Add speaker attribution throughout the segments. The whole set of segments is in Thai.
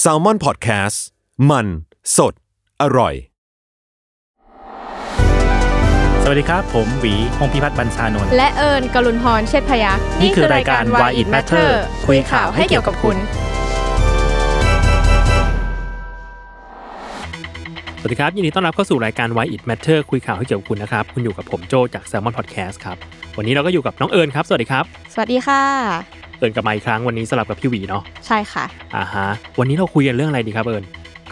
Speaker 1: แซลมอนพอดแคสต์มันสดอร่อย
Speaker 2: สวัสดีครับ ผมหวีพงพิพัฒน์บรรชานนท์
Speaker 3: และเอิญกลุนพรเชษฐพยักษ์
Speaker 2: นี่คือรายการ Why It Matter คุยข่าวให้เกี่ยวกับคุณ สวัสดีครับ ยินดีต้อนรับเข้าสู่รายการ Why It Matter คุยข่าวให้เกี่ยวกับคุณนะครับ คุณอยู่กับผมโจจาก Salmon Podcast ครับ วันนี้เราก็อยู่กับน้องเอิญครับ สวัสดีครับ
Speaker 3: สวัสดีค่ะ
Speaker 2: เอิญกลับมาอีกครั้งวันนี้สลับกับพี่หวีเนาะ
Speaker 3: ใช่ค่ะ
Speaker 2: อ่าฮะวันนี้เราคุยกันเรื่องอะไรดีครับเอิญ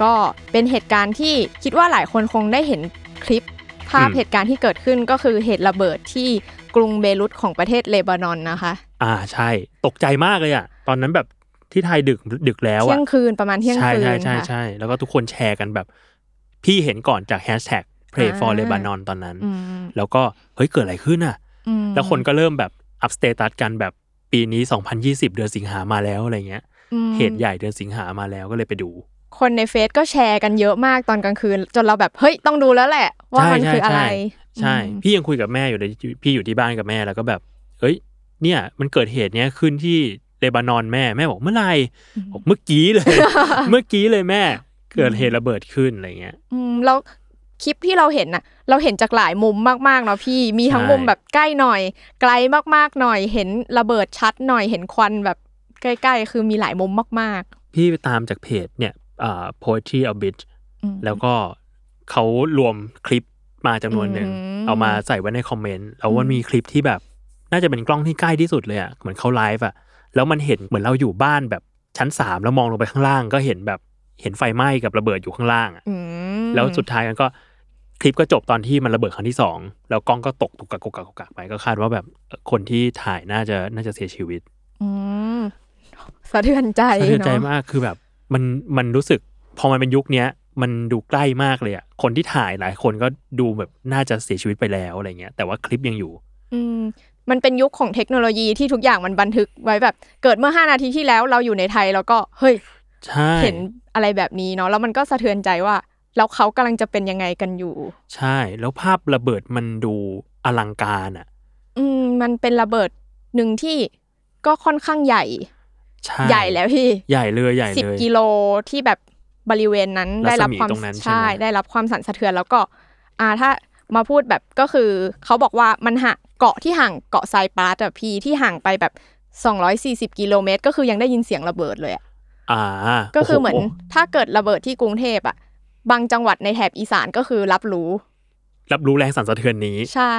Speaker 3: ก็เป็นเหตุการณ์ที่คิดว่าหลายคนคงได้เห็นคลิป ภาพ
Speaker 2: อืม
Speaker 3: เหตุการณ์ที่เกิดขึ้นก็คือเหตุระเบิดที่กรุงเบรุตของประเทศเลบานอนนะคะ
Speaker 2: อ่าใช่ ตกใจมากเลยอะตอนนั้นแบบที่ไทยดึกดึกแล้ว
Speaker 3: เที่
Speaker 2: อะ
Speaker 3: ยงคืนประมาณเที่ยง
Speaker 2: ใช่
Speaker 3: คืน
Speaker 2: ใช่ใช่
Speaker 3: ค่ะ
Speaker 2: ใช่แล้วก็ทุกคนแชร์กันแบบ พี่เห็นก่อนจาก hashtag Pray for
Speaker 3: อ่า
Speaker 2: Lebanon ตอนนั้น
Speaker 3: อืม
Speaker 2: แล้วก็เฮ้ยเกิดอะไรขึ้นอ่ะ
Speaker 3: อืม
Speaker 2: แล้วคนก็เริ่มแบบอัพสเตตัสกันแบบปีนี้ 2020 เดือนสิงหามาแล้วอะไรเงี้ย
Speaker 3: อืม
Speaker 2: เหตุใหญ่เดือนสิงหามาแล้วก็เลยไปดู
Speaker 3: คนในเฟซก็แชร์กันเยอะมากตอนกลางคืน จนเราแบบเฮ้ยต้องดูแล้วแหละ ว่า
Speaker 2: ใช่
Speaker 3: มัน
Speaker 2: ใช่
Speaker 3: คืออะไร
Speaker 2: ใช่ ใช่
Speaker 3: อืม
Speaker 2: พี่ยังคุยกับแม่อยู่เลยพี่อยู่ที่บ้านกับแม่แล้วก็แบบ เอ้ย เนี่ยมันเกิดเหตุเนี้ยขึ้นที่เลบานอนแม่แม่บอกเมื่อไหร่บอกเมื่อกี้เลย เมื่อกี้เลยแม่ เกิดเหตุระเบิดขึ้นอะไรเงี้ย
Speaker 3: อืมแล้วคลิปที่เราเห็นน่ะ เราเห็นจากหลายมุมมากๆเนาะพี่มีทั้ง
Speaker 2: ใช่
Speaker 3: มุมแบบใกล้หน่อย ไกลมากๆหน่อย เห็นระเบิดชัดหน่อยเห็นควันแบบใกล้ๆ คือมีหลายมุมมาก
Speaker 2: พี่ไปตามจากเพจเนี่ยอ่า poetry of b i t
Speaker 3: ๆอืม
Speaker 2: แล้วก็เขารวมคลิปมาจำนวนหนึ่ง
Speaker 3: อืม
Speaker 2: เอามาใส่ไว้ในคอมเมนต์แล้วมัน
Speaker 3: อืม
Speaker 2: มีคลิปที่แบบ น่าจะเป็นกล้องที่ใกล้ที่สุดเลยอะ่ะเหมือนเขาไลฟ์อะ่ะแล้วมันเห็นเหมือนเราอยู่บ้านแบบชั้นสามแล้วมองลงไปข้างล่าง ก็เห็นแบบเห็นไฟไหม้กับระเบิดอยู่ข้างล่างอะ
Speaker 3: อืม
Speaker 2: แล้วสุดท้ายมันก็คลิปก็จบตอนที่มันระเบิดครั้งที่สองแล้วกล้องก็ตกตุกกักกุกกักกุกกักไปก็คาดว่าแบบเอ่อคนที่ถ่ายน่าจะน่าจะเสียชีวิต
Speaker 3: อืมสะเทือนใจ
Speaker 2: สะเทือนใจ
Speaker 3: เนอะ
Speaker 2: มากคือแบบมันมันรู้สึกพอมันเป็นยุคเนี้ยมันดูใกล้มากเลยอะคนที่ถ่ายหลายคนก็ดูแบบน่าจะเสียชีวิตไปแล้วอะไรเงี้ยแต่ว่าคลิปยังอยู่
Speaker 3: อืมมันเป็นยุคของเทคโนโลยีที่ทุกอย่างมันบันทึกไว้แบบ เกิดเมื่อ 5 นาทีที่แล้วเราอยู่ในไทยแล้วก็เฮ้ย
Speaker 2: ใช่
Speaker 3: เห็นอะไรแบบนี้เนาะแล้วมันก็สะเทือนใจว่า แล้วเขากำลังจะเป็นยังไงกันอยู่
Speaker 2: ใช่ แล้วภาพระเบิดมันดูอลังการอะ
Speaker 3: อืมมันเป็นระเบิดหนึ่งที่ก็ค่อนข้างใหญ่
Speaker 2: ใช่
Speaker 3: ใหญ่แล้วพี่
Speaker 2: ใหญ่เลยใหญ่
Speaker 3: สิบ
Speaker 2: เลย
Speaker 3: กิโลที่แบบบริเวณนั้น
Speaker 2: รัศมี
Speaker 3: ได้รับความ
Speaker 2: ตรงนั้นใช่ไหม
Speaker 3: ใช่ ได้รับความสั่นสะเทือนแล้วก็ อ่าถ้ามาพูดแบบก็คือ เขาบอกว่ามันห่างเกาะที่ห่างเกาะไซปรัสอะพี่ที่ห่างไปแบบ 240 กิโลเมตร ก็คือยังได้ยินเสียงระเบิดเลยอะ
Speaker 2: อ่า
Speaker 3: ก็คือเหมือน
Speaker 2: โโ
Speaker 3: ถ้าเกิดระเบิดที่กรุงเทพอะบางจังหวัดในแถบอีสานก็คือรับรู้
Speaker 2: รับรู้แรงสั่นสะเทือนนี้
Speaker 3: ใช่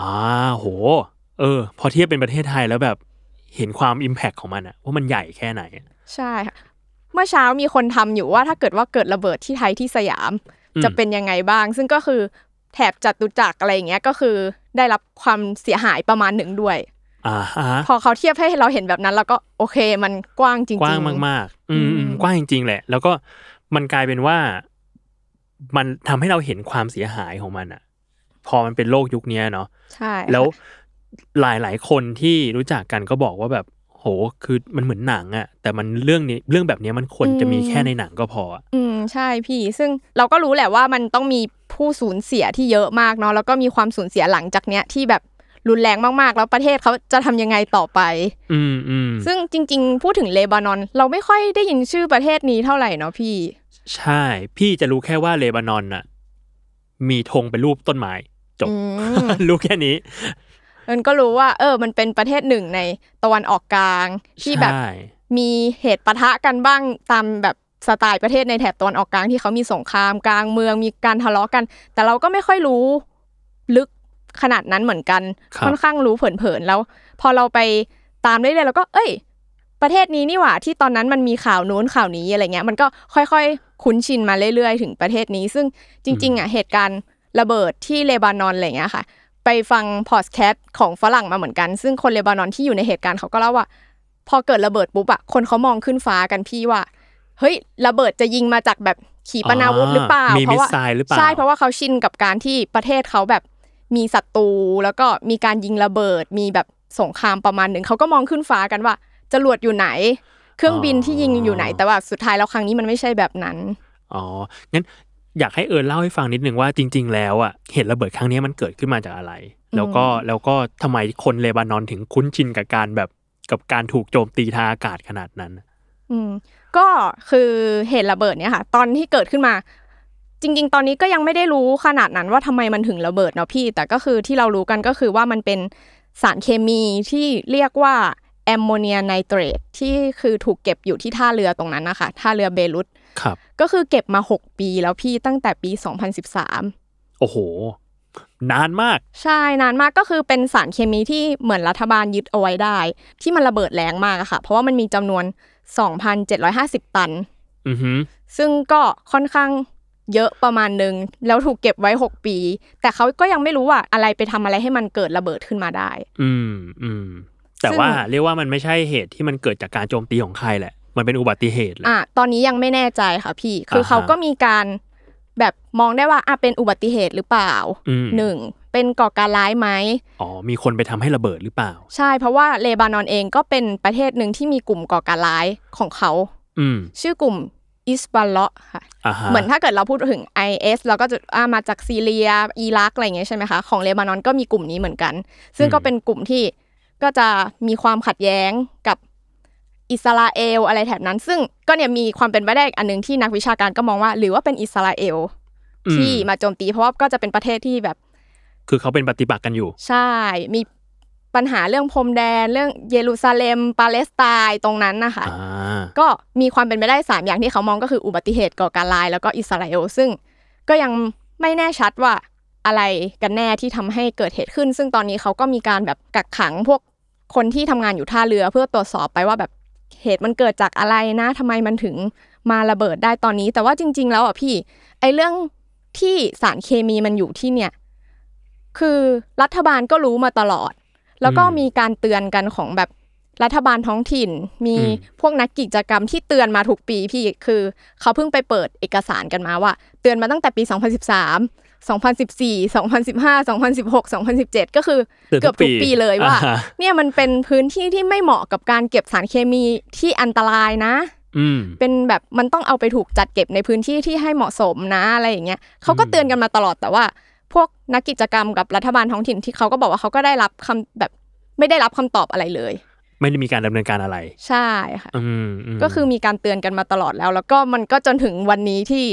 Speaker 2: อ่าโห เออ พอเทียบเป็นประเทศไทยแล้วแบบเห็นความอิมแพคของมันอะว่ามันใหญ่แค่ไหนอะ
Speaker 3: ใช่ค่ะเมื่อเช้ามีคนทำอยู่ว่าถ้าเกิดว่าเกิดระเบิดที่ไทยที่สยาม
Speaker 2: อืม
Speaker 3: จะเป็นยังไงบ้าง ซึ่งก็คือแถบจัตุจักรอะไรอย่างเงี้ยก็คือได้รับความเสียหายประมาณหนึ่งด้วย
Speaker 2: อ่าฮะ
Speaker 3: พอเขาเทียบให้เราเห็นแบบนั้นเราก็โอเคมันกว้างจริงๆ
Speaker 2: กว้างมากๆ อืม
Speaker 3: อืม
Speaker 2: กว้างจริงๆ แหละ แล้วก็มันกลายเป็นว่า มันทำให้เราเห็นความเสียหายของมันอะพอมันเป็นโลกยุคเนี้ยเนาะ
Speaker 3: ใช่ค่ะ
Speaker 2: แล้วหลายๆ คนที่รู้จักกันก็บอกว่าแบบ โห คือมันเหมือนหนังอะแต่มันเรื่องนี้เรื่องแบบเนี้ยมันควรจะมีแค่ในหนังก็พออะ
Speaker 3: อืมใช่พี่ซึ่งเราก็รู้แหละว่ามันต้องมีผู้สูญเสียที่เยอะมากเนาะแล้วก็มีความสูญเสียหลังจากเนี้ยที่แบบรุนแรงมากๆ แล้วประเทศเขาจะทำยังไงต่อไป
Speaker 2: อืมอืม
Speaker 3: ซึ่งจริง ๆ พูดถึงเลบานอน เราไม่ค่อยได้ยินชื่อประเทศนี้เท่าไหร่เนาะพี่
Speaker 2: ใช่ พี่จะรู้แค่ว่าเลบานอนน่ะ มีธงเป็นรูปต้นไม้ จบ
Speaker 3: อืม
Speaker 2: รู้แค่นี้
Speaker 3: มันก็รู้ว่า เออ มันเป็นประเทศหนึ่งในตะวันออกกลางที่แบบ
Speaker 2: ใช่
Speaker 3: มีเหตุปะทะกันบ้างตามแบบสไตล์ประเทศในแถบตะวันออกกลางที่เขามีสงครามกลางเมืองมีการทะเลาะกัน แต่เราก็ไม่ค่อยรู้ลึกขนาดนั้นเหมือนกัน
Speaker 2: ครับ
Speaker 3: อนข้างรู้เผินๆแล้ว พอเราไปตามเรื่อยๆเราก็ เอ้ย ประเทศนี้นี่หว่าที่ตอนนั้นมันมีข่าวนู้นข่าวนี้อะไรเงี้ย มันก็ค่อยๆ คุ้นชินมาเรื่อยๆ ถึงประเทศนี้ ซึ่งจริงๆอ่ะเหตุการณ์ระเบิดที่เลบานอนอะไรเงี้ยค่ะ ไปฟังพอดแคสต์ของฝรั่งมาเหมือนกัน ซึ่งคนเลบานอนที่อยู่ในเหตุการณ์เขาก็เล่าว่า พอเกิดระเบิดปุ๊บอะคนเขามองขึ้นฟ้ากันพี่ว่า เฮ้ย ระเบิดจะยิงมาจากแบบขีปนาวุธหรือเปล่า
Speaker 2: อ่ามี
Speaker 3: เพราะว่า
Speaker 2: มิสไซล์หรือเปล่า
Speaker 3: ใช่เพราะว่าเขาชินกับการที่ประเทศเขาแบบมีศัตรูแล้วก็มีการยิงระเบิด มีแบบสงครามประมาณหนึ่งเขาก็มองขึ้นฟ้ากันว่าจรวดอยู่ไหน เครื่องบินที่ยิงอยู่ไหน แต่ว่าสุดท้ายแล้วครั้งนี้มันไม่ใช่แบบนั้น
Speaker 2: อ๋อ งั้นอยากให้เอิญเล่าให้ฟังนิดนึงว่าจริง ๆ แล้วอ่ะเหตุระเบิดครั้งนี้มันเกิดขึ้นมาจากอะไร แล้วก็แล้วก็ทำไมคนเลบานอนถึงคุ้นชินกับการแบบกับการถูกโจมตีทางอากาศขนาดนั้น
Speaker 3: อืมก็คือเหตุระเบิดเนี่ยค่ะ ตอนที่เกิดขึ้นมา จริง ๆ ตอนนี้ก็ยังไม่ได้รู้ขนาดนั้นว่าทำไมมันถึงระเบิดเนาะพี่ แต่ก็คือที่เรารู้กันก็คือว่ามันเป็นสารเคมีที่เรียกว่าแอมโมเนียไนเตรตที่คือถูกเก็บอยู่ที่ท่าเรือตรงนั้นนะคะท่าเรือเบรุต
Speaker 2: ครับ
Speaker 3: ก็คือเก็บมา 6 ปีแล้วพี่ตั้งแต่ปี 2013
Speaker 2: โอ้โห นานมาก
Speaker 3: ใช่นานมากก็คือเป็นสารเคมีที่เหมือนรัฐบาลยึดเอาไว้ได้ ที่มันระเบิดแรงมากอะค่ะ เพราะว่ามันมีจำนวน 2,750 ตัน
Speaker 2: อือหือ
Speaker 3: ซึ่งก็ค่อนข้างเยอะประมาณหนึ่งแล้วถูกเก็บไว้ 6 ปี แต่เขาก็ยังไม่รู้ว่าอะไรไปทำอะไรให้มันเกิดระเบิดขึ้นมาได้
Speaker 2: อืมอืมแต่
Speaker 3: ซึ่ง
Speaker 2: ว่าเรียกว่ามันไม่ใช่เหตุที่มันเกิดจากการโจมตีของใครแหละ มันเป็นอุบัติเหตุแหละ
Speaker 3: อ่ะตอนนี้ยังไม่แน่ใจค่ะพี่ คืออา
Speaker 2: ฮะ
Speaker 3: เขาก็มีการแบบมองได้ว่าอ่ะเป็นอุบัติเหตุหรือเปล่า
Speaker 2: อืม
Speaker 3: หนึ่งเป็นก่อการร้ายไหม
Speaker 2: อ๋อ มีคนไปทำให้ระเบิดหรือเปล่า
Speaker 3: ใช่เพราะว่าเลบานอนเองก็เป็นประเทศหนึ่งที่มีกลุ่มก่อการร้ายของเขา
Speaker 2: อืม
Speaker 3: ชื่อกลุ่มอิสบาเลาะค่ะ
Speaker 2: อ่าฮะ
Speaker 3: เหมือนถ้าเกิดเราพูดถึง IS เราก็จะอ่ามาจากซีเรียอิรักอะไรอย่างเงี้ยใช่ไหมคะ ของเลบานอนก็มีกลุ่มนี้เหมือนกัน ซึ่งก็เป็นกลุ่มที่ก็จะมีความขัดแย้งกับอิสราเอลอะไรแถบนั้น ซึ่งก็เนี่ยมีความเป็นไปได้อันหนึงที่นักวิชาการก็มองว่า หรือว่าเป็นอิสราเอล
Speaker 2: อืม
Speaker 3: ที่มาโจมตีเพราะว่าก็จะเป็นประเทศที่แบบ
Speaker 2: คือเขาเป็นปฏิบัติกันอยู่
Speaker 3: ใช่ มีปัญหาเรื่องพรมแดน เรื่องเยรูซาเล็ม ปาเลสไตน์ตรงนั้นนะคะ
Speaker 2: อ่า
Speaker 3: ก็มีความเป็นไปได้ 3 อย่างที่เขามองก็คืออุบัติเหตุก่อการร้ายแล้วก็อิสราเอลซึ่งก็ยังไม่แน่ชัดว่าอะไรกันแน่ที่ทำให้เกิดเหตุขึ้น ซึ่งตอนนี้เขาก็มีการแบบกักขังพวกคนที่ทำงานอยู่ท่าเรือ เพื่อตรวจสอบไปว่าแบบเหตุมันเกิดจากอะไรนะทำไมมันถึงมาระเบิดได้ตอนนี้ แต่ว่าจริง ๆ แล้วอ่ะพี่ ไอเรื่องที่สารเคมีมันอยู่ที่เนี่ย คือรัฐบาลก็รู้มาตลอด แล้วก็
Speaker 2: อืม
Speaker 3: มีการเตือนกันของแบบรัฐบาลท้องถิ่น มี
Speaker 2: อืม
Speaker 3: พวกนักกิจกรรมที่เตือนมาทุกปีพี่คือเขาเพิ่งไปเปิดเอกสารกันมาว่า เตือนมาตั้งแต่ปี 2013 2014 2015 2016 2017 ก็คือ
Speaker 2: ตือน
Speaker 3: เกือบทุกปีเลยว่า
Speaker 2: อ่ฮะ
Speaker 3: เนี่ยมันเป็นพื้นที่ที่ไม่เหมาะกับการเก็บสารเคมีที่อันตรายนะ
Speaker 2: อืม
Speaker 3: เป็นแบบมันต้องเอาไปถูกจัดเก็บในพื้นที่ที่ให้เหมาะสมนะอะไรอย่างเงี้ยเขาก็เตือนกันมาตลอดแต่ว่า พวกนักกิจกรรมกับรัฐบาลท้องถิ่นที่เขาก็บอกว่าเขาก็ได้รับคำแบบไม่ได้รับคำตอบอะไรเลย
Speaker 2: ไม่ได้มีการดำเนินการอะไร
Speaker 3: ใช่ค่ะ
Speaker 2: อืมม
Speaker 3: ก็คือมีการเตือนกันมาตลอดแล้ว แล้วก็มันก็จนถึงวันนี้ที่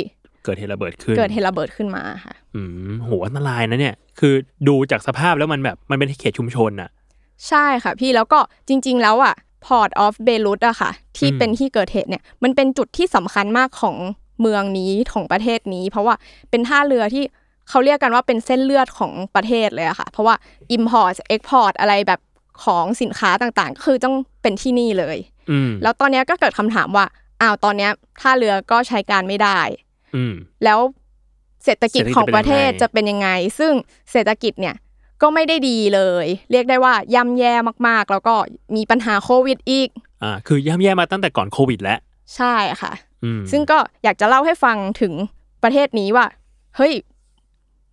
Speaker 2: เกิดเหตุระเบิดขึ้น
Speaker 3: เกิดเหตุระเบิดขึ้นมาค่ะ
Speaker 2: อืมโหอันตรายนะเนี่ย คือดูจากสภาพแล้วมันแบบมันเป็นเขตชุมชนอ่ะ
Speaker 3: ใช่ค่ะพี่แล้วก็จริง ๆ แล้วอ่ะพอร์ตออฟเบรุตอะค่ะ ที่
Speaker 2: อืม
Speaker 3: เป็นที่เกิดเหตุเนี่ยมันเป็นจุดที่สำคัญมากของเมืองนี้ของประเทศนี้ เพราะว่าเป็นท่าเรือที่เขาเรียกกันว่าเป็นเส้นเลือดของประเทศเลยอะค่ะ เพราะว่า Import Export อะไรแบบของสินค้าต่างๆ ก็คือต้องเป็นที่นี่เลย
Speaker 2: อืม
Speaker 3: แล้วตอนเนี้ยก็เกิดคำถามว่าอ้าวตอนเนี้ยท่าเรือก็ใช้การไม่ได้
Speaker 2: อืม
Speaker 3: แล้วเศรษฐกิจของประเทศ
Speaker 2: เศรษฐกิจเป็นยังไง
Speaker 3: จะเป็นยังไง ซึ่งเศรษฐกิจเนี่ยก็ไม่ได้ดีเลย เรียกได้ว่าย่ำแย่มากๆ แล้วก็มีปัญหาโควิดอีก
Speaker 2: อ่า คือย่ำแย่มาตั้งแต่ก่อนโควิดแล้ว
Speaker 3: ใช่ค่ะ
Speaker 2: อืม
Speaker 3: ซึ่งก็อยากจะเล่าให้ฟังถึงประเทศนี้ว่า เฮ้ย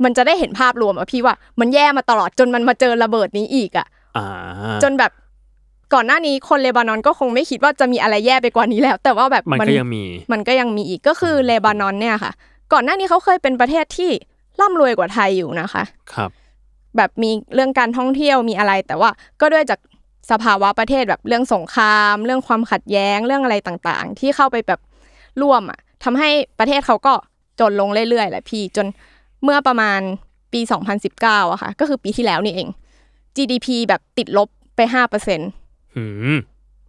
Speaker 3: มันจะได้เห็นภาพรวมอะพี่ว่า มันแย่มาตลอดจนมันมาเจอระเบิดนี้อีกอะ
Speaker 2: อ่า
Speaker 3: จนแบบก่อนหน้านี้คนเลบานอนก็คงไม่คิดว่าจะมีอะไรแย่ไปกว่านี้แล้ว แต่ว่าแบบ
Speaker 2: มัน
Speaker 3: มั
Speaker 2: ก็ยังมี
Speaker 3: มันก็ยังมีอีกก็คือเลบานอนเนี่ยค่ะ ก่อนหน้านี้เขาเคยเป็นประเทศที่ร่ำรวยกว่าไทยอยู่นะคะ
Speaker 2: ครับ
Speaker 3: แบบมีเรื่องการท่องเที่ยวมีอะไร แต่ว่าก็ด้วยจากสภาวะประเทศแบบเรื่องสงคราม เรื่องความขัดแย้งเรื่องอะไรต่างๆ ที่เข้าไปแบบร่วมอ่ะทำให้ประเทศเขาก็จนลงเรื่อยๆแหละพี่จนเมื่อประมาณปี 2019อะค่ะ ก็คือปีที่แล้วนี่เอง GDP แบบติดลบไป 5%
Speaker 2: อืม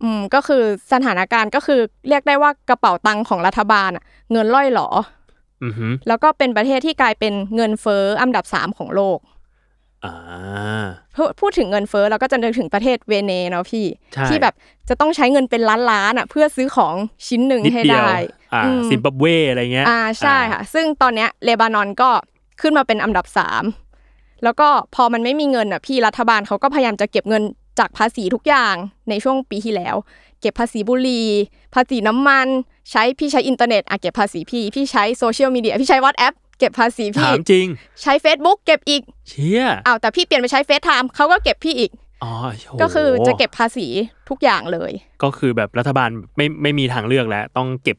Speaker 3: อืมก็คือสถานการณ์ก็คือเรียกได้ว่ากระเป๋าตังค์ของรัฐบาลอะเงินล่อยหลอ
Speaker 2: อือหือ
Speaker 3: แล้วก็เป็นประเทศที่กลายเป็นเงินเฟ้ออันดับ 3 ของโลก
Speaker 2: อ่า
Speaker 3: พูพูดถึงเงินเฟ้อเราก็จะนึกถึงประเทศเวเนเนาะพี่
Speaker 2: ใช่
Speaker 3: ที่แบบจะต้องใช้เงินเป็นล้านล้านๆอะเพื่อซื้อของชิ้นหนึ่ง
Speaker 2: นิด
Speaker 3: ให้
Speaker 2: เดียว
Speaker 3: ได้
Speaker 2: อ่า
Speaker 3: อืม
Speaker 2: ซิมบับเวอะไรเงี้ย
Speaker 3: อ่าใช่ค่ะ ซึ่งตอนเนี้ยเลบานอนก็ขึ้นมาเป็นอันดับ 3 แล้วก็พอมันไม่มีเงินอ่ะพี่รัฐบาลเขาก็พยายามจะเก็บเงินจากภาษีทุกอย่างในช่วงปีที่แล้ว เก็บภาษีบุหรี่ภาษีน้ำมัน ใช้พี่ใช้อินเทอร์เน็ตอ่ะเก็บภาษีพี่ พี่ใช้โซเชียลมีเดียพี่ใช้วอตแอปเก็บภาษี
Speaker 2: ถา
Speaker 3: พี่
Speaker 2: มจริง
Speaker 3: ใช้ Facebook เก็บอีก
Speaker 2: เชี่ย
Speaker 3: อ้าวแต่พี่เปลี่ยนไปใช้เฟซไทม์เขาก็เก็บพี่อีก
Speaker 2: อ๋อโห
Speaker 3: ก็คือจะเก็บภาษีทุกอย่างเลย
Speaker 2: ก็คือแบบรัฐบาลไม่ไม่มีทางเลือกแล้ว ต้องเก็บ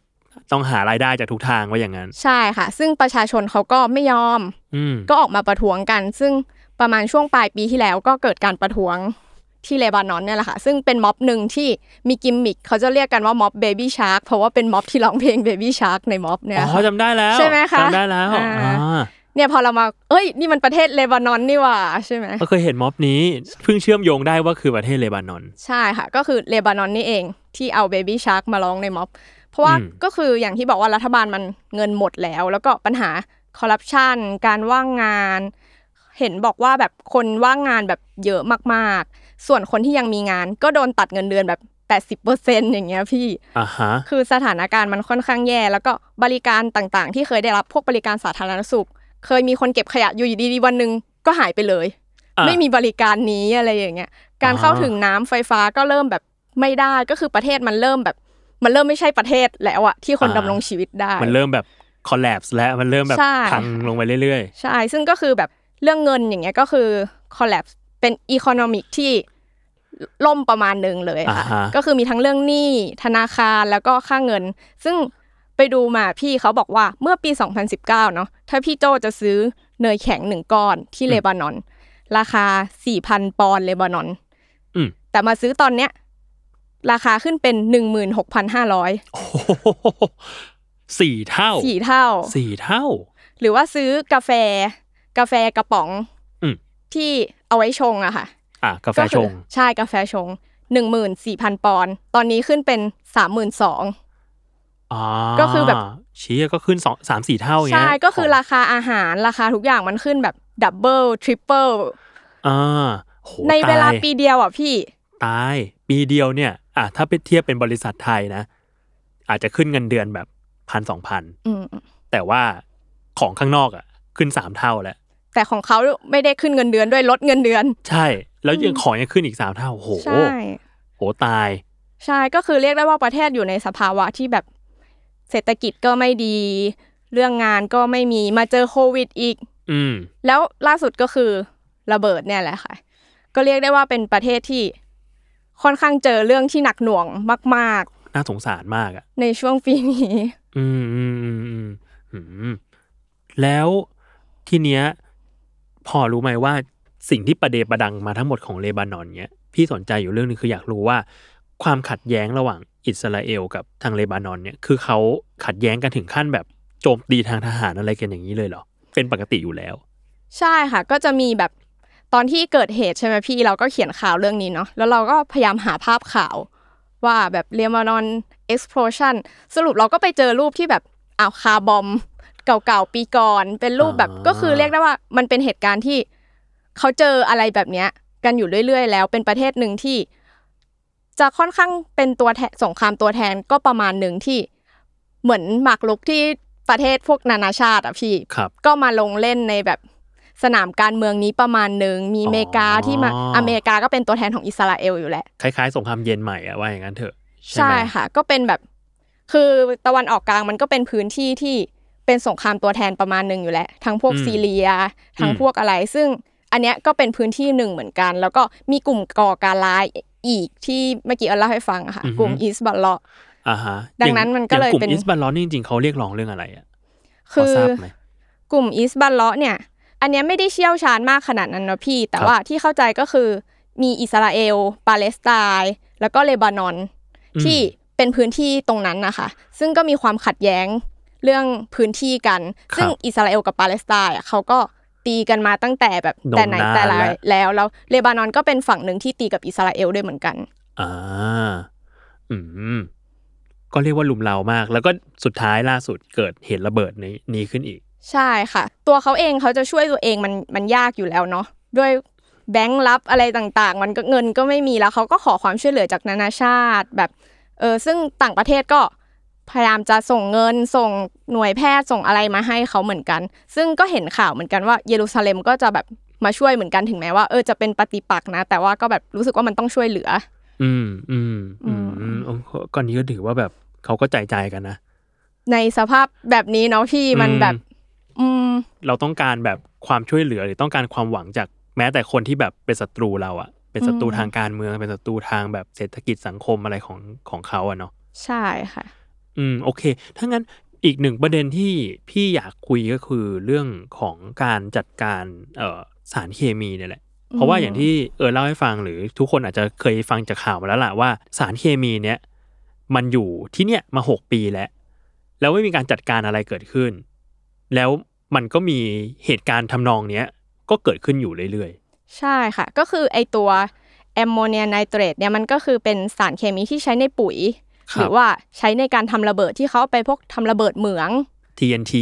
Speaker 2: ต้องหารายได้จากทุกทางว่าอย่างนั้น
Speaker 3: ใช่ค่ะ ซึ่งประชาชนเขาก็ไม่ยอม
Speaker 2: อืม
Speaker 3: ก็ออกมาประท้วงกัน ซึ่งประมาณช่วงปลายปีที่แล้วก็เกิดการประท้วง ที่เลบานอนเนี่ยแหละค่ะ ซึ่งเป็นม็อบหนึ่งที่มีกิมมิคเขาจะเรียกกันว่าม็อบเบบี้ชาร์กเพราะว่าเป็นม็อบที่ร้องเพลงเบบี้ชาร์กในม็อบเนี่ย
Speaker 2: อ๋อ
Speaker 3: ค่ะ
Speaker 2: จำได้แล้ว
Speaker 3: ใช่ไหมคะ
Speaker 2: จำได้แล้ว
Speaker 3: อ่า
Speaker 2: อ่า
Speaker 3: เนี่ยพอเรามาเอ้ยนี่มันประเทศเลบานอนนี่หว่าใช่ไหม
Speaker 2: ก็เคยเห็นม็อบนี้เพิ่งเชื่อมโยงได้ว่าคือประเทศเลบานอน
Speaker 3: ใช่ค่ะ ก็คือเลบานอนนี่เองที่เอาเบบี้ชาร์กมาร้องในม็อบ เพราะว่า
Speaker 2: อืม
Speaker 3: ก็คืออย่างที่บอกว่ารัฐบาลมันเงินหมดแล้ว แล้วก็ปัญหาคอร์รัปชันการว่างงาน เห็นบอกว่าแบบคนว่างงานแบบเยอะมากๆ ส่วนคนที่ยังมีงานก็โดนตัดเงินเดือนแบบ 80%อย่างเงี้ยพี่
Speaker 2: อ่าฮะ
Speaker 3: คือสถานการณ์มันค่อนข้างแย่ แล้วก็บริการต่างๆ ที่เคยได้รับพวกบริการสาธารณสุข เคยมีคนเก็บขยะอยู่ดีๆวันหนึ่งก็หายไปเลย
Speaker 2: อ่ะ
Speaker 3: ไม่มีบริการนี้อะไรอย่างเงี้ย การเข้า
Speaker 2: อ่า
Speaker 3: ถึงน้ำไฟฟ้าก็เริ่มแบบไม่ได้ก็คือประเทศมันเริ่มแบบ มันเริ่มไม่ใช่ประเทศแล้วอะที่คนดำรงชีวิตได้
Speaker 2: มันเริ่มแบบคอลล p s และมันเริ่มแบบ
Speaker 3: ใช่
Speaker 2: พังลงไปเรื่อย
Speaker 3: ใช่ ซึ่งก็คือแบบเรื่องเงินอย่างเงี้ยก็คือ collapse เป็น economic ที่ล่มประมาณหนึ่งเลยค่ะ
Speaker 2: อ่าฮะ
Speaker 3: ก็คือมีทั้งเรื่องหนี้ธนาคารแล้วก็ค่าเงิน ซึ่งไปดูมาพี่เขาบอกว่าเมื่อปี 2019 เนาะถ้าพี่โจจะซื้อเนยแข็งหนึ่งก้อนที่เลบานอน ราคา 4,000 ปอนด์เลบานอน
Speaker 2: ๆ อืม
Speaker 3: แต่มาซื้อตอนเนี้ย ราคาขึ้นเป็น 16,500
Speaker 2: โอ้โหสี่เท่า
Speaker 3: สี่เท่า
Speaker 2: สี่เท่า
Speaker 3: หรือว่าซื้อกาแฟ กาแฟกระป๋อง
Speaker 2: อืม
Speaker 3: ที่เอาไว้ชงอะค่ะ
Speaker 2: อ่ะกาแฟ
Speaker 3: ก็
Speaker 2: ช
Speaker 3: คือง ใช่กาแฟชงหนึ่งหมื่นสี่พันปอนด์ตอนนี้ขึ้นเป็นสามหมื่นสอง
Speaker 2: อ่า
Speaker 3: ก็คือแบบ
Speaker 2: ชี้ก็ขึ้นสองสามสี่เท่าอย่าง
Speaker 3: ใช่
Speaker 2: เงี้ย
Speaker 3: ก็คือราคาอาหารราคาทุกอย่างมันขึ้นแบบดับเบิลทริปเปิล
Speaker 2: อ่าโห
Speaker 3: ในเวลา
Speaker 2: ตย
Speaker 3: ปีเดียวอ่ะพี่
Speaker 2: ตาย ปีเดียวเนี่ย อ่ะถ้าไปเทียบเป็นบริษัทไทยนะ อาจจะขึ้นเงินเดือนแบบพันสองพัน
Speaker 3: อืม
Speaker 2: แต่ว่าของข้างนอกอ่ะ ขึ้นสามเท่าแล้ว
Speaker 3: แต่ของเขาไม่ได้ขึ้นเงินเดือนด้วยลดเงินเดือน
Speaker 2: ใช่ แล้วยังของยังขึ้นอีกสามเท่าโห
Speaker 3: ใช่
Speaker 2: โหตาย
Speaker 3: ใช่ก็คือเรียกได้ว่าประเทศอยู่ในสภาวะที่แบบเศรษฐกิจก็ไม่ดี เรื่องงานก็ไม่มีมาเจอโควิดอีก
Speaker 2: อืม
Speaker 3: แล้วล่าสุดก็คือระเบิดเนี่ยแหละค่ะ ก็เรียกได้ว่าเป็นประเทศที่ค่อนข้างเจอเรื่องที่หนักหน่วงมาก
Speaker 2: น่าสงสารมากอ่ะ
Speaker 3: ๆ ในช่วงปีนี้
Speaker 2: อืมอืมอืมอืมอืมแล้วทีเนี้ยพอรู้ไหมว่าสิ่งที่ประเดประดังมาทั้งหมดของเลบานอนเนี้ยพี่สนใจอยู่เรื่องหนึงคืออยากรู้ว่า ความขัดแย้งระหว่างอิสราเอลกับทางเลบานอนเนี่ยคือเขาขัดแย้งกันถึงขั้นแบบโจมตีทางทหารอะไรกันอย่างนี้เลยเหรอ เป็นปกติอยู่แล้ว
Speaker 3: ใช่ค่ะ ก็จะมีแบบตอนที่เกิดเหตุใช่ไหมพี่เราก็เขียนข่าวเรื่องนี้เนาะแล้วเราก็พยายามหาภาพข่าว ว่าแบบเลมานอน explosion สรุปเราก็ไปเจอรูปที่แบบอ้าวคาร์บอม เก่าๆ ปีก่อน เป็นรูปแบบ
Speaker 2: อ่า
Speaker 3: ก็คือเรียกได้ว่ามันเป็นเหตุการณ์ที่เขาเจออะไรแบบเนี้ย กันอยู่เรื่อยๆ แล้วเป็นประเทศหนึ่งที่ จะค่อนข้างเป็นตัวแทนสงครามตัวแทนก็ประมาณหนึ่งที่ เหมือนหมากรุกที่ประเทศพวกนานาชาติอะพี่
Speaker 2: ครับ
Speaker 3: ก็มาลงเล่นในแบบสนามการเมืองนี้ประมาณหนึ่งมี
Speaker 2: อ๋อ
Speaker 3: อเมริกาที่มาอเมริกาก็เป็นตัวแทนของอิสราเอลอยู่แหละ
Speaker 2: คล้ายๆสงครามเย็นใหม่อะว่าอย่างนั้นเถอะ ใช่
Speaker 3: ใช่
Speaker 2: ไหม
Speaker 3: ค่ะ ก็เป็นแบบคือตะวันออกกลางมันก็เป็นพื้นที่ที่เป็นสงครามตัวแทนประมาณหนึ่งอยู่แหละทั้งพวกซีเรีย ทั้งพวกอะไร ซึ่งอันเนี้ยก็เป็นพื้นที่หนึ่งเหมือนกัน แล้วก็มีกลุ่มก่อการร้ายอีกที่เมื่อกี้เอิญเล่าให้ฟังอะค่ะ กลุ่มอิสบัลเลาะ
Speaker 2: อ่าฮะ
Speaker 3: ดังนั้นมันก็เลย
Speaker 2: อางกลุ่
Speaker 3: เป็น
Speaker 2: มอิสบัลลอนจริงๆเขาเรียกร้องเรื่องอะไรอ่ะพ
Speaker 3: คื
Speaker 2: ท
Speaker 3: อ
Speaker 2: ราบไหม
Speaker 3: กลุ่มอีสบัลเลาะเนี่ย อันเนี้ยไม่ได้เชี่ยวชาญมากขนาดนั้นนะพี่ แต่
Speaker 2: ครับ
Speaker 3: ว่าที่เข้าใจก็คือมีอิสราเอล ปาเลสไตน์ แล้วก็เลบานอน
Speaker 2: อืม
Speaker 3: ที่เป็นพื้นที่ตรงนั้นนะคะ ซึ่งก็มีความขัดแย้งเรื่องพื้นที่กัน
Speaker 2: ครับ
Speaker 3: ซึ่งอิสราเอลกับปาเลสไตน์อ่ะเขาก็ตีกันมาตั้งแต่แบบ
Speaker 2: นม
Speaker 3: แต่ไหนแต่ไร
Speaker 2: นานแล้ว
Speaker 3: แล้วแล้วเลบานอนก็เป็นฝั่งหนึ่งที่ตีกับอิสราเอลด้วยเหมือนกัน
Speaker 2: อ่า อืม ก็เรียกว่าลุมเรามาก แล้วก็สุดท้ายล่าสุดเกิดเหตุระเบิดในนี้ขึ้นอีก
Speaker 3: ใช่ค่ะ ตัวเขาเองเขาจะช่วยตัวเองมันมันยากอยู่แล้วเนาะด้วยแบงค์รับอะไรต่างๆ มันก็เงินก็ไม่มีแล้วเขาก็ขอความช่วยเหลือจากนานาชาติแบบเออซึ่งต่างประเทศก็พยายามจะส่งเงินส่งหน่วยแพทย์ส่งอะไรมาให้เขาเหมือนกัน ซึ่งก็เห็นข่าวเหมือนกันว่าเยรูซาเล็มก็จะแบบมาช่วยเหมือนกันถึงแม้ว่าเออจะเป็นปฏิปักษ์นะ แต่ว่าก็แบบรู้สึกว่ามันต้องช่วยเหลือ
Speaker 2: อืม อืม อืม
Speaker 3: อื
Speaker 2: อื
Speaker 3: ม
Speaker 2: มก่อนนี้ก็ถือว่าแบบเขาก็ใจใจกันนะ
Speaker 3: ในสภาพแบบนี้เนาะพี่มัน
Speaker 2: อืม
Speaker 3: แบบอืม
Speaker 2: เราต้องการแบบความช่วยเหลือหรือต้องการความหวังจากแม้แต่คนที่แบบเป็นศัตรูเราอะเป็นศัตรู
Speaker 3: อืม
Speaker 2: ทางการเมือง เป็นศัตรูทางแบบเศรษฐกิจสังคมอะไรของของเขาอะเนาะ
Speaker 3: ใช่ค่ะ
Speaker 2: อืมโอเค ถ้างั้นอีกหนึ่งประเด็นที่พี่อยากคุยก็คือเรื่องของการจัดการเอ่อสารเคมีเนี่ยแหละ เพราะว่าอย่างที่เออเล่าให้ฟังหรือทุกคนอาจจะเคยฟังจากข่าวมาแล้วล่ะว่าสารเคมีเนี้ยมันอยู่ที่เนี่ยมาหกปีแล้ว แล้วไม่มีการจัดการอะไรเกิดขึ้น แล้วมันก็มีเหตุการณ์ทำนองเนี้ยก็เกิดขึ้นอยู่เรื่อย
Speaker 3: ใช่ค่ะ ก็คือไอตัวแอมโมเนียไนเตรตเนี่ยมันก็คือเป็นสารเคมีที่ใช้ในปุ๋ย
Speaker 2: ๆ
Speaker 3: หรือว่าใช้ในการทำระเบิดที่เขาเอาไปพวกทำระเบิดเหมือง
Speaker 2: ครับ TNT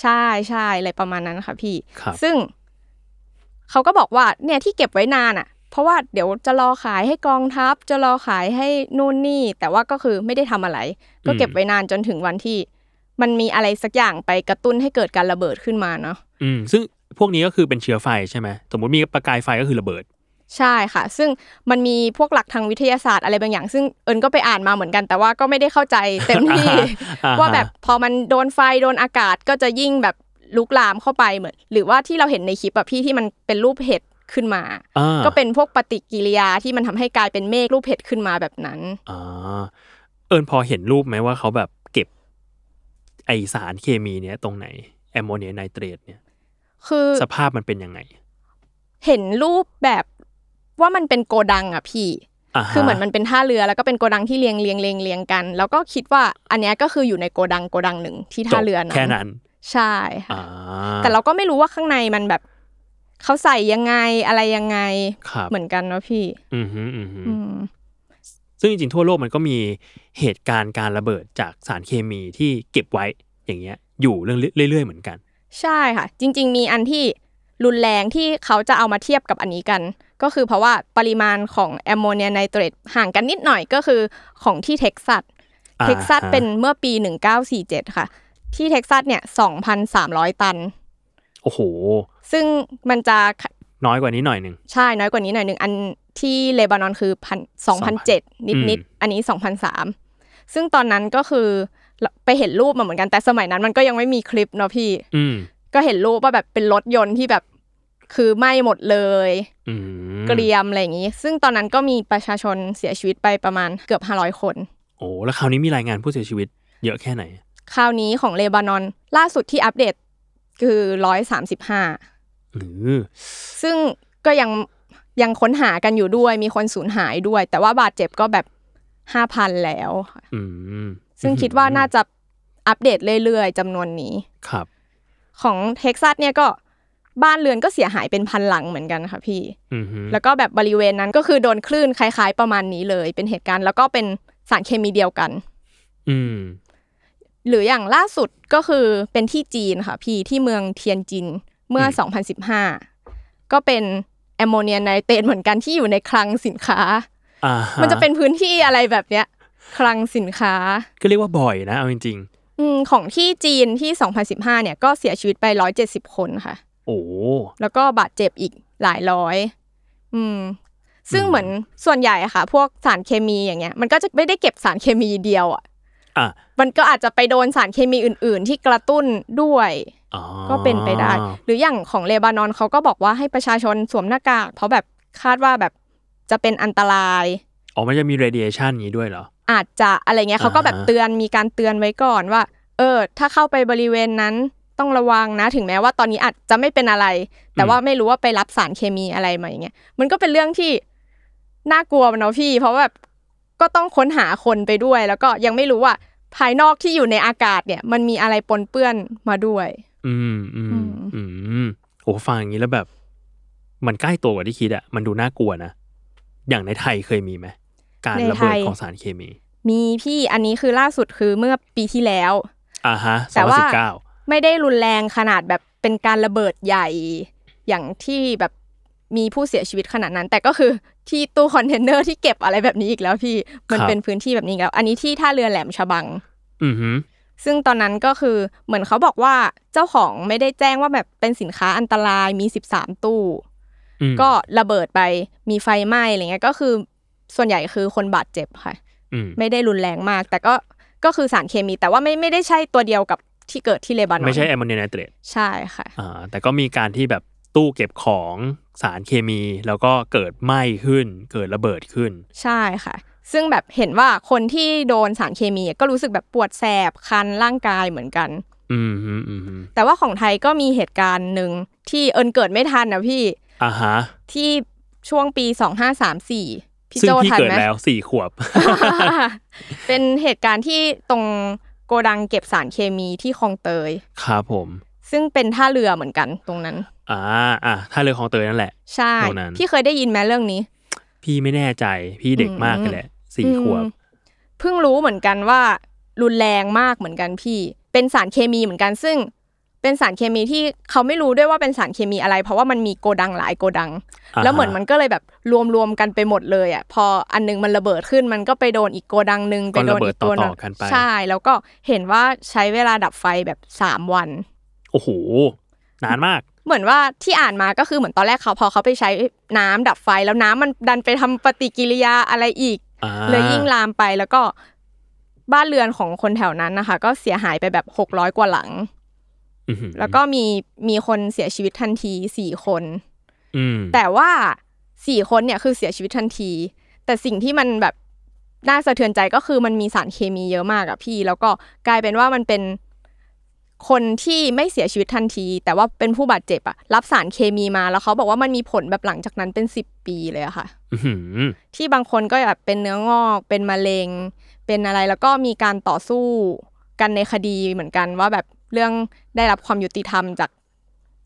Speaker 3: ใช่ใช่อะไรประมาณนั้นค่ะพี่
Speaker 2: ครับ
Speaker 3: ซึ่งเขาก็บอกว่าเนี่ยที่เก็บไว้นานอ่ะ เพราะว่าเดี๋ยวจะรอขายให้กองทัพ จะรอขายให้นู่นนี่ แต่ว่าก็คือไม่ได้ทำอะไร ก็เก็บไว้นานจนถึงวันที่ มันมีอะไรสักอย่างไปกระตุ้นให้เกิดการระเบิดขึ้นมาเนาะ
Speaker 2: อืมซึ่งพวกนี้ก็คือเป็นเชื้อไฟใช่ไหมสมมติมีประกายไฟก็คือระเบิด
Speaker 3: ใช่ค่ะ ซึ่งมันมีพวกหลักทางวิทยาศาสตร์อะไรบางอย่าง ซึ่งเอิญก็ไปอ่านมาเหมือนกัน แต่ว่าก็ไม่ได้เข้าใจเต็มที่
Speaker 2: อ่ฮะ
Speaker 3: ว่าแบบพอมันโดนไฟโดนอากาศก็จะยิ่งแบบลุกลามเข้าไปเหมือน หรือว่าที่เราเห็นในคลิปแบบพี่ที่มันเป็นรูปเห็ดขึ้นมา
Speaker 2: อ่า
Speaker 3: ก็เป็นพวกปฏิกิริยาที่มันทำให้กลายเป็นเมฆรูปเห็ดขึ้นมาแบบนั้น
Speaker 2: อ่าเอิญพอเห็นรูปไหมว่าเขาแบบเก็บ ไอสารเคมีเนี้ยตรงไหนแอมโมเนียไนเตรตเนี่ย
Speaker 3: คือ
Speaker 2: สภาพมันเป็นยังไง
Speaker 3: เห็นรูปแบบว่ามันเป็นโกดังอะพี่
Speaker 2: อ่าฮะ
Speaker 3: คือเหมือนมันเป็นท่าเรือแล้วก็เป็นโกดังที่เรียงเรียงเรียงเรียงกัน แล้วก็คิดว่าอันเนี้ยก็คืออยู่ในโกดังโกดังหนึ่งที่ท่าเรือ
Speaker 2: จบแค่นั้น
Speaker 3: ใช่
Speaker 2: อ่า
Speaker 3: ค่ะแต่เราก็ไม่รู้ว่าข้างในมันแบบเขาใส่ยังไงอะไรยังไง
Speaker 2: ครับ
Speaker 3: เหมือนกันเนาะพี่
Speaker 2: อือฮึอือฮึ
Speaker 3: อืม
Speaker 2: ซึ่งจริงๆทั่วโลกมันก็มีเหตุการณ์การระเบิดจากสารเคมีที่เก็บไว้อย่างเงี้ย อยู่เรื่องเรื่อยๆเหมือนกัน
Speaker 3: ใช่ค่ะ จริง ๆ มีอันที่รุนแรงที่เขาจะเอามาเทียบกับอันนี้กัน ก็คือเพราะว่าปริมาณของแอมโมเนียไนเตรตห่างกันนิดหน่อยก็คือของที่เท็กซัส
Speaker 2: อ่า
Speaker 3: เท็กซัส
Speaker 2: ฮะ
Speaker 3: เป็นเมื่อปี 1947 ค่ะ ที่เท็กซัสเนี่ย 2,300 ตัน
Speaker 2: โอ้โห
Speaker 3: ซึ่งมันจะ
Speaker 2: น้อยกว่านี้หน่อยหนึ่ง
Speaker 3: ใช่น้อยกว่านี้หน่อยหนึ่งอันที่เลบานอนคือพัน2,007นิดนิดๆอันนี้ 2,003ซึ่งตอนนั้นก็คือไปเห็นรูปมาเหมือนกันแต่สมัยนั้นมันก็ยังไม่มีคลิปเนาะพี่
Speaker 2: อืม
Speaker 3: ก็เห็นรูปว่าแบบเป็นรถยนต์ที่แบบคือไหม้หมดเลย
Speaker 2: อืม
Speaker 3: เกรียมอะไรอย่างนี้ ซึ่งตอนนั้นก็มีประชาชนเสียชีวิตไปประมาณเกือบ 500 คน
Speaker 2: โอ้แล้วคราวนี้มีรายงานผู้เสียชีวิต เยอะแค่ไหน
Speaker 3: คราวนี้ของเลบานอนล่าสุดที่อัปเดตคือ 135
Speaker 2: หรือ
Speaker 3: ซึ่งก็ยังยังค้นหากันอยู่ด้วย มีคนสูญหายด้วย แต่ว่าบาดเจ็บก็แบบ 5,000 แล้วค่ะ
Speaker 2: อืม
Speaker 3: ซึ่งคิดว่าน่าจะอัปเดตเรื่อยๆจำนวนนี้
Speaker 2: ครับ
Speaker 3: ของเท็กซัสเนี่ยก็บ้านเรือนก็เสียหายเป็นพันหลังเหมือนกันค่ะพี่
Speaker 2: อือฮึ
Speaker 3: แล้วก็แบบบริเวณนั้นก็คือโดนคลื่นคล้าย ๆ ประมาณนี้เลย เป็นเหตุการณ์แล้วก็เป็นสารเคมีเดียวกัน
Speaker 2: อืม
Speaker 3: หรืออย่างล่าสุดก็คือเป็นที่จีนค่ะพี่ที่เมืองเทียนจินเมื่อ 2015 ก็เป็นแอมโมเนียไนเตรตเหมือนกันที่อยู่ในคลังสินค้า
Speaker 2: อ่าฮ
Speaker 3: มันจะเป็นพื้นที่อะไรแบบเนี้ยคลังสินค้า
Speaker 2: ก็เรียกว่าบ่อยนะเอาจริง
Speaker 3: อมของที่จีนที่ 2015 เนี่ยก็เสียชีวิตไป 170 คนค่ะ
Speaker 2: ๆ โอ้
Speaker 3: แล้วก็บาดเจ็บอีกหลายร้อย อืม ซึ่ง
Speaker 2: อืม
Speaker 3: เหมือนส่วนใหญ่อะค่ะ พวกสารเคมีอย่างเงี้ย มันก็จะไม่ได้เก็บสารเคมีเดียวอะ
Speaker 2: อ่ะ
Speaker 3: มันก็อาจจะไปโดนสารเคมีอื่น ๆ ที่กระตุ้นด้วย
Speaker 2: อ๋อ
Speaker 3: ก็เป็นไปได้ หรืออย่างของเลบานอนเขาก็บอกว่าให้ประชาชนสวมหน้ากาก เพราะแบบคาดว่าแบบจะเป็นอันตราย
Speaker 2: อ๋อมันจะมี radiation นี้ด้วยเหรอ
Speaker 3: อาจจะอะไรเงี้ยเขาก็แบบ
Speaker 2: อ่าฮะ
Speaker 3: เตือนมีการเตือนไว้ก่อนว่า เออ ถ้าเข้าไปบริเวณนั้นต้องระวังนะถึงแม้ว่าตอนนี้อาจจะไม่เป็นอะไร แต่ว่าไม่รู้ว่าไปรับสารเคมีอะไรมาอย่างเงี้ยมันก็เป็นเรื่องที่น่ากลัวเนาะพี่ เพราะว่าแบบก็ต้องค้นหาคนไปด้วย แล้วก็ยังไม่รู้ว่าภายนอกที่อยู่ในอากาศเนี่ย มันมีอะไรปนเปื้อนมาด้วย
Speaker 2: อืมอืม
Speaker 3: อืม
Speaker 2: อืมโอ้ฟังอย่างนี้แล้วแบบ มันใกล้ตัวกว่าที่คิดอะมันดูน่ากลัวนะ อย่างในไทยเคยมีไหม การระเบิดของสารเคมี
Speaker 3: มีพี่อันนี้คือล่าสุดคือเมื่อปีที่แล้ว
Speaker 2: อ่าฮะส
Speaker 3: แต่
Speaker 2: องพัน
Speaker 3: ว่า
Speaker 2: สิบเก้า
Speaker 3: ไม่ได้รุนแรงขนาดแบบเป็นการระเบิดใหญ่ อย่างที่แบบมีผู้เสียชีวิตขนาดนั้น แต่ก็คือที่ตู้คอนเทนเนอร์ที่เก็บอะไรแบบนี้อีกแล้วพี่มันเป็นพื้นที่แบบนี้อีกแล้ว อันนี้ที่ท่าเรือแหลมฉบัง
Speaker 2: อือฮึ
Speaker 3: ซึ่งตอนนั้นก็คือเหมือนเขาบอกว่าเจ้าของไม่ได้แจ้งว่าแบบเป็นสินค้าอันตรายมี 13 ตู้
Speaker 2: อืม
Speaker 3: ก็ระเบิดไปมีไฟไหม้อะไรเงี้ยก็คือส่วนใหญ่คือคนบาดเจ็บค่ะ
Speaker 2: อืม
Speaker 3: ไม่ได้รุนแรงมาก แต่ก็ก็คือสารเคมี แต่ว่าไม่ไม่ได้ใช่ตัวเดียวกับที่เกิดที่เลบานอน
Speaker 2: ไม่ใช่แอมโมเนียไนเตรต
Speaker 3: ใช่ค่ะ
Speaker 2: อ่า แต่ก็มีการที่แบบตู้เก็บของสารเคมี แล้วก็เกิดไหม้ขึ้น เกิดระเบิดขึ้น
Speaker 3: ใช่ค่ะ ซึ่งแบบเห็นว่าคนที่โดนสารเคมีก็รู้สึกแบบปวดแสบคันร่างกายเหมือนกัน
Speaker 2: อืมฮึอืมฮึ
Speaker 3: แต่ว่าของไทยก็มีเหตุการณ์หนึ่งที่เอิญเกิดไม่ทันนะพี่
Speaker 2: อ่าฮะ
Speaker 3: ที่ ช่วงปีสองห้าสามสี่พี่
Speaker 2: ซึ่ง
Speaker 3: โจ
Speaker 2: พี่
Speaker 3: ทัน
Speaker 2: เกิด
Speaker 3: ไหม
Speaker 2: แล้วสี่ขวบ
Speaker 3: เป็นเหตุการณ์ที่ตรงโกดังเก็บสารเคมีที่คลองเตย
Speaker 2: ครับผม
Speaker 3: ซึ่งเป็นท่าเรือเหมือนกันตรงนั้น
Speaker 2: อ่าอ่ะถ้าเรือของเตยนั่นแหละ
Speaker 3: ใช่
Speaker 2: ตรงนั้น
Speaker 3: พี่เคยได้ยินไหมเรื่องนี้
Speaker 2: พี่ไม่แน่ใจพี่เด็กมากกันแหละสี่ขวบ
Speaker 3: อืมเพิ่งรู้เหมือนกันว่า รุนแรงมากเหมือนกันพี่ เป็นสารเคมีเหมือนกันซึ่ง เป็นสารเคมีที่เขาไม่รู้ด้วยว่าเป็นสารเคมีอะไร เพราะว่ามันมีโกดังหลายโกดัง
Speaker 2: อ่าฮะ
Speaker 3: แล้วเหมือนมันก็เลยแบบรวมรวมกันไปหมดเลยอ่ะพออันนึงมันระเบิดขึ้นมันก็ไปโดนอีกโกดังหนึ่งไปโดนอีกโกดั
Speaker 2: ก็ระเบิดต่
Speaker 3: ง
Speaker 2: อๆกันไป
Speaker 3: ใช่แล้วก็เห็นว่าใช้เวลาดับไฟแบบสามวัน
Speaker 2: โอ้โห นานมาก
Speaker 3: เหมือนว่าที่อ่านมาก็คือเหมือนตอนแรกเขาพอเขาไปใช้น้ำดับไฟแล้วน้ำมันดันไปทำปฏิกิริยาอะไรอีก
Speaker 2: อ่า
Speaker 3: เลยยิ่งลามไปแล้วก็บ้านเรือนของคนแถวนั้นนะคะ ก็เสียหายไปแบบหกร้อยกว่าหลัง
Speaker 2: อื้อหือ
Speaker 3: แล้วก็มีมีคนเสียชีวิตทันทีสี่คน
Speaker 2: อืม
Speaker 3: แต่ว่าสี่คนเนี่ยคือเสียชีวิตทันที แต่สิ่งที่มันแบบน่าสะเทือนใจก็คือมันมีสารเคมีเยอะมากอะพี่ แล้วก็กลายเป็นว่ามันเป็นคนที่ไม่เสียชีวิตทันที แต่ว่าเป็นผู้บาดเจ็บอะรับสารเคมีมาแล้วเขาบอกว่ามันมีผลแบบหลังจากนั้นเป็นสิบปีเลยอะค่ะ
Speaker 2: อื้อหือ
Speaker 3: ที่บางคนก็แบบเป็นเนื้องอก เป็นมะเร็ง เป็นอะไรแล้วก็มีการต่อสู้กันในคดีเหมือนกันว่าแบบเรื่องได้รับความยุติธรรมจาก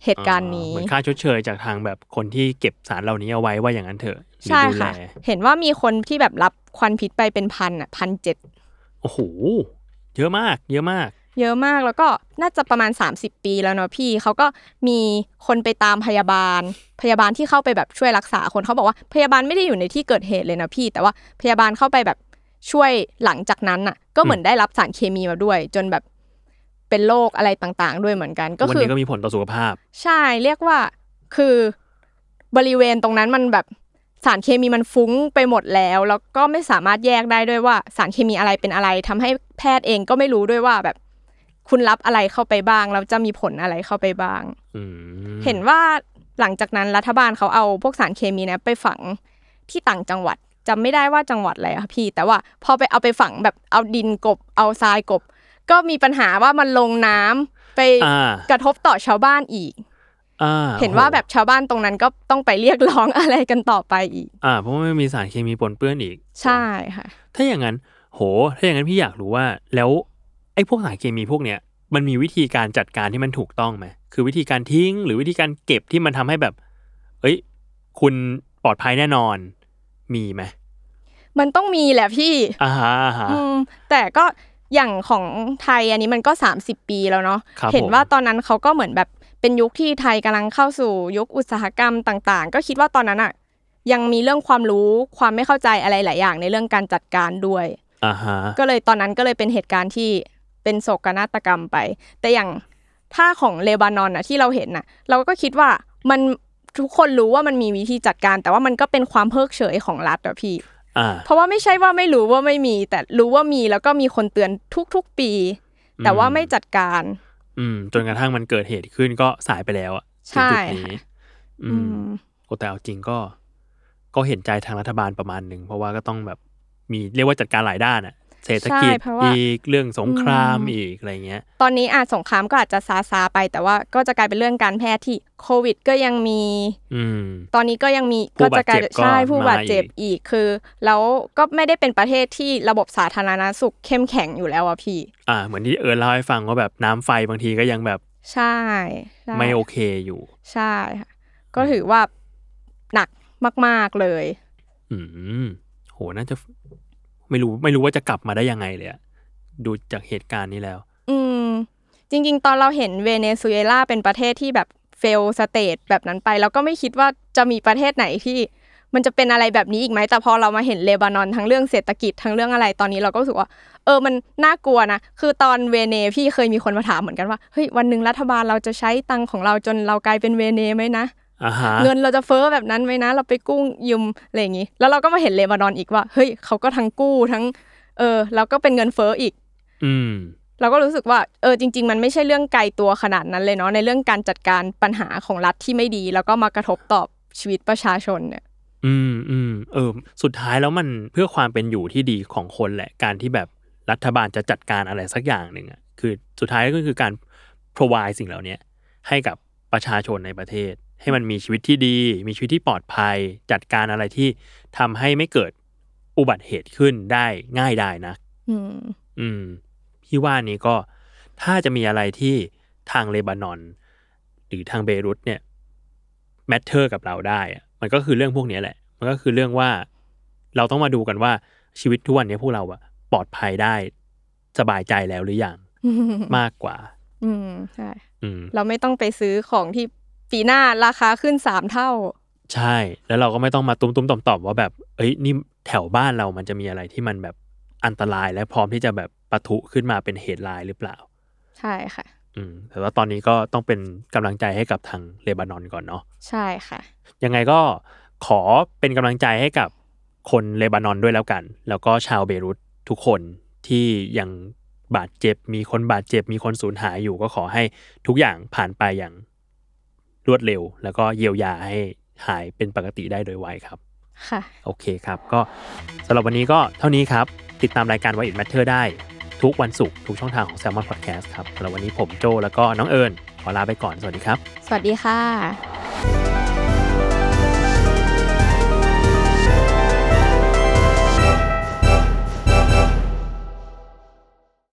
Speaker 3: เหตุการณ์นี้
Speaker 2: เหมือนค่าชดเชยจากทางแบบคนที่เก็บสารเหล่านี้เอาไว้ว่าอย่างนั้นเถอะหรือ
Speaker 3: ใช่
Speaker 2: ดูแล
Speaker 3: ค่ะ เห็นว่ามีคนที่แบบรับควันพิษไปเป็นพันอ่ะพันเจ็ด
Speaker 2: โอ้โห เยอะมาก เยอะมาก
Speaker 3: เยอะมากแล้วก็น่าจะประมาณ 30 ปีแล้วเนาะพี่เขาก็มีคนไปตามพยาบาล พยาบาลที่เข้าไปแบบช่วยรักษาคนเขาบอกว่าพยาบาลไม่ได้อยู่ในที่เกิดเหตุเลยนะพี่ แต่ว่าพยาบาลเข้าไปแบบช่วยหลังจากนั้นอ่ะ ก็เหมือนได้รับสารเคมีมาด้วย จนแบบเป็นโรคอะไรต่างๆ ด้วยเหมือนกันก็
Speaker 2: วัน
Speaker 3: คือ
Speaker 2: นี้ก็มีผลต่อสุขภาพ
Speaker 3: ใช่เรียกว่าคือบริเวณตรงนั้นมันแบบสารเคมีมันฟุ้งไปหมดแล้ว แล้วก็ไม่สามารถแยกได้ด้วยว่าสารเคมีอะไรเป็นอะไรทำให้แพทย์เองก็ไม่รู้ด้วยว่าแบบคุณรับอะไรเข้าไปบ้างแล้วจะมีผลอะไรเข้าไปบ้าง
Speaker 2: อืม
Speaker 3: เห็นว่าหลังจากนั้นรัฐบาลเขาเอาพวกสารเคมีเนะไปฝังที่ต่างจังหวัดจำไม่ได้ว่าจังหวัดอะไรอะพี่ แต่ว่าพอไปเอาไปฝังแบบเอาดินกบ เอาทรายกบ ก็มีปัญหาว่ามันลงน้ำไป
Speaker 2: อ่าก
Speaker 3: ระทบต่อชาวบ้านอีก
Speaker 2: อ่า
Speaker 3: เห็น
Speaker 2: โอ้โ
Speaker 3: ว่าแบบชาวบ้านตรงนั้นก็ต้องไปเรียกร้องอะไรกันต่อไปอีก
Speaker 2: อ่า เพราะว่าไม่มีสารเคมีปนเปื้อนอีก
Speaker 3: ใช่ค่ะ
Speaker 2: ถ้าอย่างนั้น โห ถ้าอย่างนั้นพี่อยากรู้ว่าแล้วไอ้พวกสารเคมีพวกเนี้ยมันมีวิธีการจัดการที่มันถูกต้องไหมคือวิธีการทิ้งหรือวิธีการเก็บที่มันทำให้แบบ เอ้ย คุณปลอดภัยแน่นอน มีไหม
Speaker 3: มันต้องมีแหละพี่
Speaker 2: อ่าฮะอ่าฮะ
Speaker 3: อืมแต่ก็อย่างของไทยอันนี้มันก็ 30 ปีแล้วเนาะ
Speaker 2: ครับ
Speaker 3: เห็น
Speaker 2: ผม
Speaker 3: ว่าตอนนั้นเขาก็เหมือนแบบเป็นยุคที่ไทยกำลังเข้าสู่ยุคอุตสาหกรรมต่าง ๆ ก็คิดว่าตอนนั้นอะยังมีเรื่องความรู้ความไม่เข้าใจอะไรหลายอย่างในเรื่องการจัดการด้วย
Speaker 2: อ่าฮะ
Speaker 3: ก็เลยตอนนั้นก็เลยเป็นเหตุการณ์ที่เป็นโศกนาฏกรรมไป แต่อย่างถ้าของเลบานอนนะที่เราเห็นนะเราก็คิดว่ามันทุกคนรู้ว่ามันมีวิธีจัดการ แต่ว่ามันก็เป็นความเพิกเฉยของรัฐอะพี่
Speaker 2: อ่า
Speaker 3: เพราะว่าไม่ใช่ว่าไม่รู้ว่าไม่มี แต่รู้ว่ามีแล้วก็มีคนเตือนทุกๆปี แต่ว่าไม่จัดการ
Speaker 2: อืม จนกระทั่งมันเกิดเหตุขึ้นก็สายไปแล้วอะถึงจุดนี้
Speaker 3: ใช่ค่ะ
Speaker 2: อื
Speaker 3: อื
Speaker 2: ม
Speaker 3: ม
Speaker 2: โอ้แต่เอาจริงก็ ก็เห็นใจทางรัฐบาลประมาณหนึ่งเพราะว่าก็ต้องแบบมีเรียกว่าจัดการหลายด้านอะเศรษฐกิจ
Speaker 3: ใช่เพราะว่า
Speaker 2: อีกเรื่องสงคราม
Speaker 3: อืม
Speaker 2: อีกอะไรเงี้ย
Speaker 3: ตอนนี้อาจสงครามก็อาจจะซาซาๆไป แต่ว่าก็จะกลายเป็นเรื่องการแพทย์ที่โควิดก็ยังมี
Speaker 2: อืม
Speaker 3: ตอนนี้ก็ยังมี
Speaker 2: ผู้
Speaker 3: ก็จะกลา
Speaker 2: บาด
Speaker 3: ย
Speaker 2: เจ็บก็
Speaker 3: ใช่ผู้บาดเจ็บ
Speaker 2: มาอีก
Speaker 3: อีกคือ แล้วก็ไม่ได้เป็นประเทศที่ระบบสาธารณสุขเข้มแข็งอยู่แล้วอะพี่
Speaker 2: อ่า เหมือนที่เอิร์นเล่าให้ฟังว่าแบบน้ำไฟบางทีก็ยังแบบ
Speaker 3: ใช่ใช่
Speaker 2: ไม่โอเคอยู่
Speaker 3: ใช่ค่ะก็ถือว่าหนักมาก ๆเลย
Speaker 2: อืม โหน่าจะ ไม่รู้ไม่รู้ว่าจะกลับมาได้ยังไงเลยอะดูจากเหตุการณ์นี้แล้ว
Speaker 3: อืม จริง ๆ ตอนเราเห็นเวเนซุเอลาเป็นประเทศที่แบบเฟลสเตทแบบนั้นไปเราก็ไม่คิดว่าจะมีประเทศไหนที่ มันจะเป็นอะไรแบบนี้อีกไหมแต่พอเรามาเห็นเลบานอนทั้งเรื่องเศรษฐกิจทั้งเรื่องอะไรตอนนี้เราก็รู้สึกว่า เออมันน่ากลัวนะ คือตอนเวเนพี่เคยมีคนมาถามเหมือนกันว่าเฮ้ยวันหนึ่งรัฐบาลเราจะใช้ตังค์ของเราจนเรากลายเป็นเวเนไหมนะ
Speaker 2: อ่าฮะ
Speaker 3: เงินเราจะเฟ้อแบบนั้นไหมนะ เราไปกู้ยืมอะไรอย่างนี้แล้วเราก็มาเห็นเลบานอนอีกว่าเฮ้ยเขาก็ทั้งกู้ทั้ง เออแล้วก็เป็นเงินเฟ้ออีก
Speaker 2: อืม
Speaker 3: เราก็รู้สึกว่าเออจริง ๆ มันไม่ใช่เรื่องไกลตัวขนาดนั้นเลยเนาะในเรื่องการจัดการปัญหาของรัฐที่ไม่ดี แล้วก็มากระทบต่อชีวิตประชาชนเนี่ย
Speaker 2: อืมอืมเออ สุดท้ายแล้วมันเพื่อความเป็นอยู่ที่ดีของคนแหละ การที่แบบรัฐบาลจะจัดการอะไรสักอย่างหนึ่งอ่ะคือสุดท้ายก็คือการ provide สิ่งเหล่าเนี้ยให้กับประชาชนในประเทศ ให้มันมีชีวิตที่ดี มีชีวิตที่ปลอดภัย จัดการอะไรที่ทำให้ไม่เกิดอุบัติเหตุขึ้นได้ง่ายได้นะ
Speaker 3: อืม
Speaker 2: อืมพี่ว่านี้ก็ถ้าจะมีอะไรที่ทางเลบานอน หรือทางเบรุตเนี่ยแมทเทอร์กับเราได้อะมันก็คือเรื่องพวกเนี้ยแหละ มันก็คือเรื่องว่า เราต้องมาดูกันว่าชีวิตทุกวันเนี้ยพวกเราอะปลอดภัยได้สบายใจแล้วหรือยังมากกว่า
Speaker 3: อืมใช่
Speaker 2: อืม
Speaker 3: เราไม่ต้องไปซื้อของที่ปีหน้าราคาขึ้นสามเท่า
Speaker 2: ใช่ แล้วเราก็ไม่ต้องมาตุ้มตุ้มๆต่อมๆว่าแบบ เอ้ยนี่แถวบ้านเรามันจะมีอะไรที่มันแบบอันตรายและพร้อมที่จะแบบปะทุขึ้นมาเป็นเหตุร้ายหรือเปล่า
Speaker 3: ใช่ค่ะ
Speaker 2: อืม แต่ว่าตอนนี้ก็ต้องเป็นกำลังใจให้กับทางเลบานอนก่อนเนาะ
Speaker 3: ใช่ค่ะ
Speaker 2: ยังไงก็ขอเป็นกำลังใจให้กับคนเลบานอนด้วยแล้วกัน แล้วก็ชาวเบรุตทุกคนที่ยังบาดเจ็บ มีคนบาดเจ็บ มีคนสูญหายอยู่ก็ขอให้ทุกอย่างผ่านไปอย่างรวดเร็ว แล้วก็เยียวยาให้หายเป็นปกติได้โดยไวครับ
Speaker 3: ค่ะ
Speaker 2: โอเคครับ ก็สำหรับวันนี้ก็เท่านี้ครับ ติดตามรายการ Why It Matter ได้ ทุกวันศุกร์ทุกช่องทางของ Salmon Podcast ครับสำหรับวันนี้ผมโจแล้วก็น้องเอิญขอลาไปก่อนสวัสดีครับ
Speaker 3: สวัสดีค่ะ